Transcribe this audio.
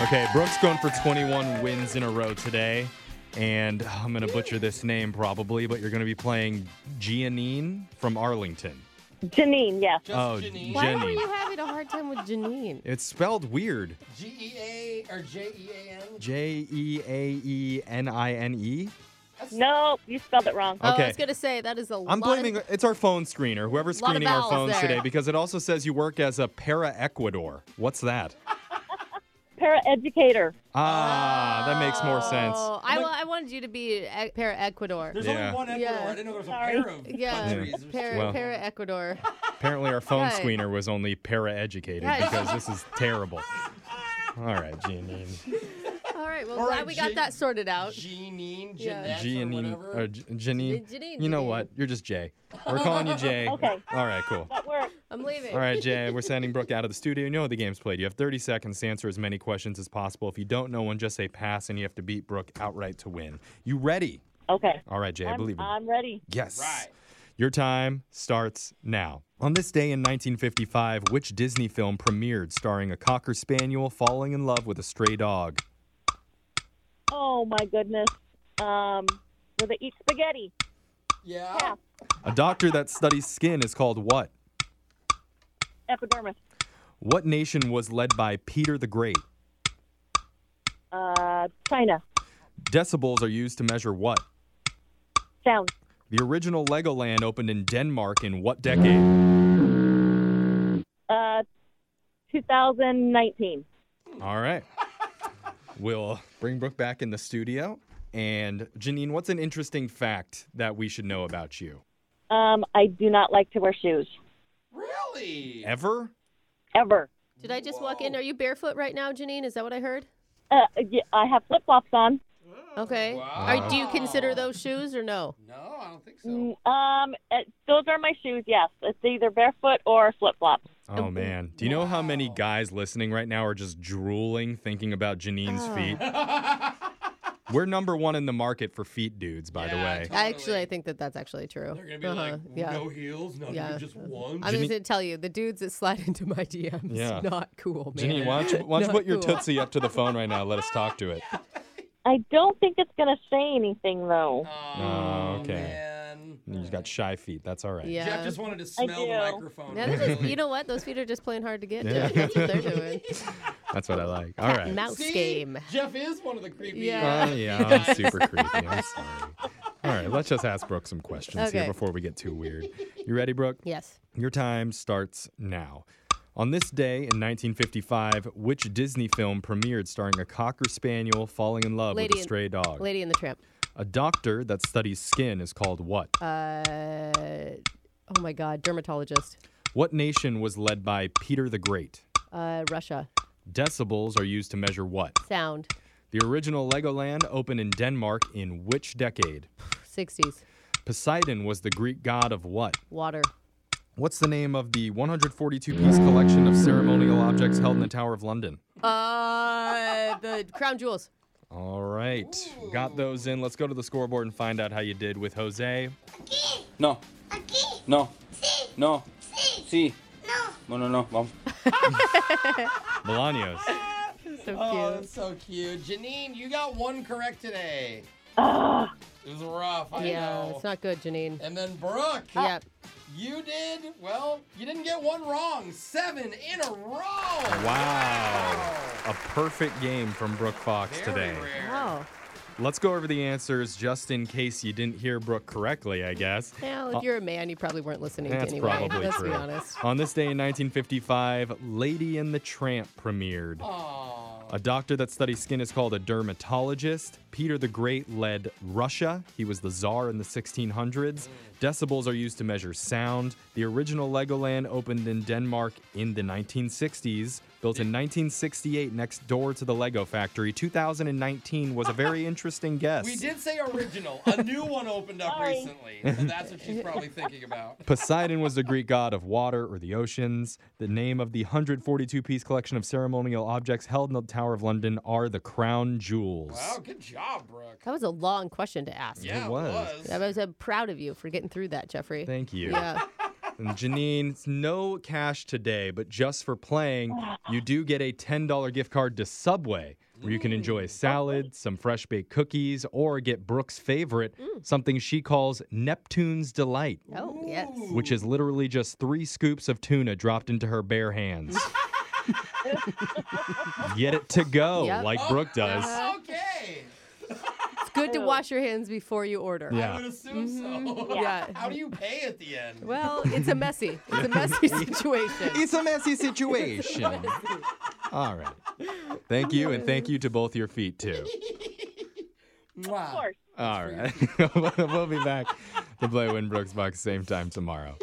Okay, Brooks going for 21 wins in a row today. And I'm going to butcher this name probably, but you're going to be playing Giannine from Arlington. Janine, yes. Just Oh, Janine. Jen- Why were Jenny. you having a hard time with Janine? It's spelled weird G E A or J E A N? J E A E N I N E. Nope, you spelled it wrong. Oh, I Okay. was gonna say that is a I'm lot blaming Of, it's our phone screener, whoever's Lot of screening our vowels phones there. today, because it also says you work as a para Ecuador. What's that? Para educator. Ah, that makes more sense. Oh, I, wa- I wanted you to be e- para Ecuador. There's Yeah. only one Ecuador. Yeah. I didn't know there was a Sorry. pair of Yeah, countries. There's para, two. Well. para Ecuador. Apparently, our phone Right. screener was only para educated Right. because this is terrible. All right, Janine. All right, well, All glad right, we Jan- got that sorted out. Janine, Yeah. Jeanette, or Janine, whatever. or J- Janine, Janine, you know Janine. what? You're just Jay. We're calling you Jay. Okay. All right, cool. That works. I'm leaving. All right, Jay, we're sending Brooke out of the studio. You know how the game's played. You have 30 seconds to answer as many questions as possible. If you don't know one, just say pass, and you have to beat Brooke outright to win. You ready? Okay. All right, Jay, I I'm, believe in you. I'm ready. Yes. Right. Your time starts now. On this day in 1955, which Disney film premiered starring a cocker spaniel falling in love with a stray dog? Oh my goodness. Um, will they eat spaghetti? Yeah. Pass. A doctor that studies skin is called what? Epidermis. What nation was led by Peter the Great? Uh, China. Decibels are used to measure what? Sound. The original Legoland opened in Denmark in what decade? Uh, 2019. All right. We'll bring Brooke back in the studio. And Janine, what's an interesting fact that we should know about you? Um, I do not like to wear shoes Really? Ever? ever. Did I just walk in? Whoa. Are you barefoot right now, Janine? Is that what I heard? Uh, yeah, I have flip flops on. Okay. Wow. Are, do you consider those shoes or no? No, I don't think so. Mm, Um, uh, those are my shoes. Yes, it's either barefoot or flip flops. Oh man. Do you know how many guys listening right now are just drooling thinking about Janine's Oh. feet? We're number one in the market for feet dudes, by the Yeah, way. totally. Actually, I think that that's actually true. They're going to be Uh-huh, like, no heels, no, Yeah. just one. I'm just gonna tell you, the dudes that slide into my DMs, Yeah. not cool, man. Janine, why don't you, why don't you Not put your cool. Tootsie up to the phone right now? Let us talk to it. I don't think it's gonna say anything though. Uh, Oh, okay. man. You've got shy feet. That's all right. Yeah. Jeff just wanted to smell the do. microphone. Now they're just, really. you know what? Those feet are just playing hard to get. Yeah. Jeff. That's what they're doing. That's what I like. All right. Mouse See? game. Jeff is one of the creepy. Yeah. Oh, yeah, I'm super creepy. I'm sorry. All right, let's just ask Brooke some questions here Okay. before we get too weird. You ready, Brooke? Yes. Your time starts now. On this day in 1955, which Disney film premiered starring a cocker spaniel falling in love Lady with a and- stray dog? Lady and the Tramp. A doctor that studies skin is called what? Uh, oh my God, dermatologist. what nation was led by Peter the Great? Uh, Russia. Decibels are used to measure what? Sound. The original Legoland opened in Denmark in which decade? 60s. Poseidon was the Greek god of what? Water. What's the name of the 142 piece collection of ceremonial objects held in the Tower of London? Uh, the crown jewels. All right. Got those in. Let's go to the scoreboard and find out how you did with Jose. No, Aquí, no, sí, no, sí, sí. no. No, no, no, vamos. Bolaños. So Oh, cute. that's so cute. Janine, you got one correct today. It was rough. I Yeah, know. it's not good, Janine. and then Brooke, Yep. you did, well, you didn't get one wrong. Seven in a row. Wow. A perfect game from Brooke Fox Very today. rare. Wow. Let's go over the answers just in case you didn't hear Brooke correctly, I guess. Well, if you're a man, you probably weren't listening That's to anyone. probably Let's true. be honest. On this day in 1955, Lady and the Tramp premiered. Aw. A doctor that studies skin is called a dermatologist. Peter the Great led Russia. He was the czar in the 1600s. Decibels are used to measure sound. The original Legoland opened in Denmark in the 1960s. Built in 1968 next door to the Lego factory. 2019 was a very interesting guess. We did say original. A new one opened up Sorry. recently. So that's what she's probably thinking about. Poseidon was the Greek god of water or the oceans. The name of the 142 piece collection of ceremonial objects held in the Tower of London are the crown jewels. Wow, good job, Brooke. That was a long question to ask. Yeah, was. it was. I was uh, proud of you for getting through that, Jeffrey. Thank you. Yeah. And Janine, it's no cash today, but just for playing, you do get a $10 gift card to Subway, where you can enjoy a salad, some fresh baked cookies, or get Brooke's favorite, something she calls Neptune's Delight, Oh, yes. which is literally just three scoops of tuna dropped into her bare hands. get it to go, Yep. like Brooke does. Uh-huh. Okay. It's good to wash your hands before you order. Yeah. I would assume so. Yeah. How do you pay at the end? Well, it's a messy. It's a messy situation. It's a messy situation. All right. Thank you, and thank you to both your feet, too. Mwah. Of course. All right. we'll be back to play Winbrook's Box same time tomorrow.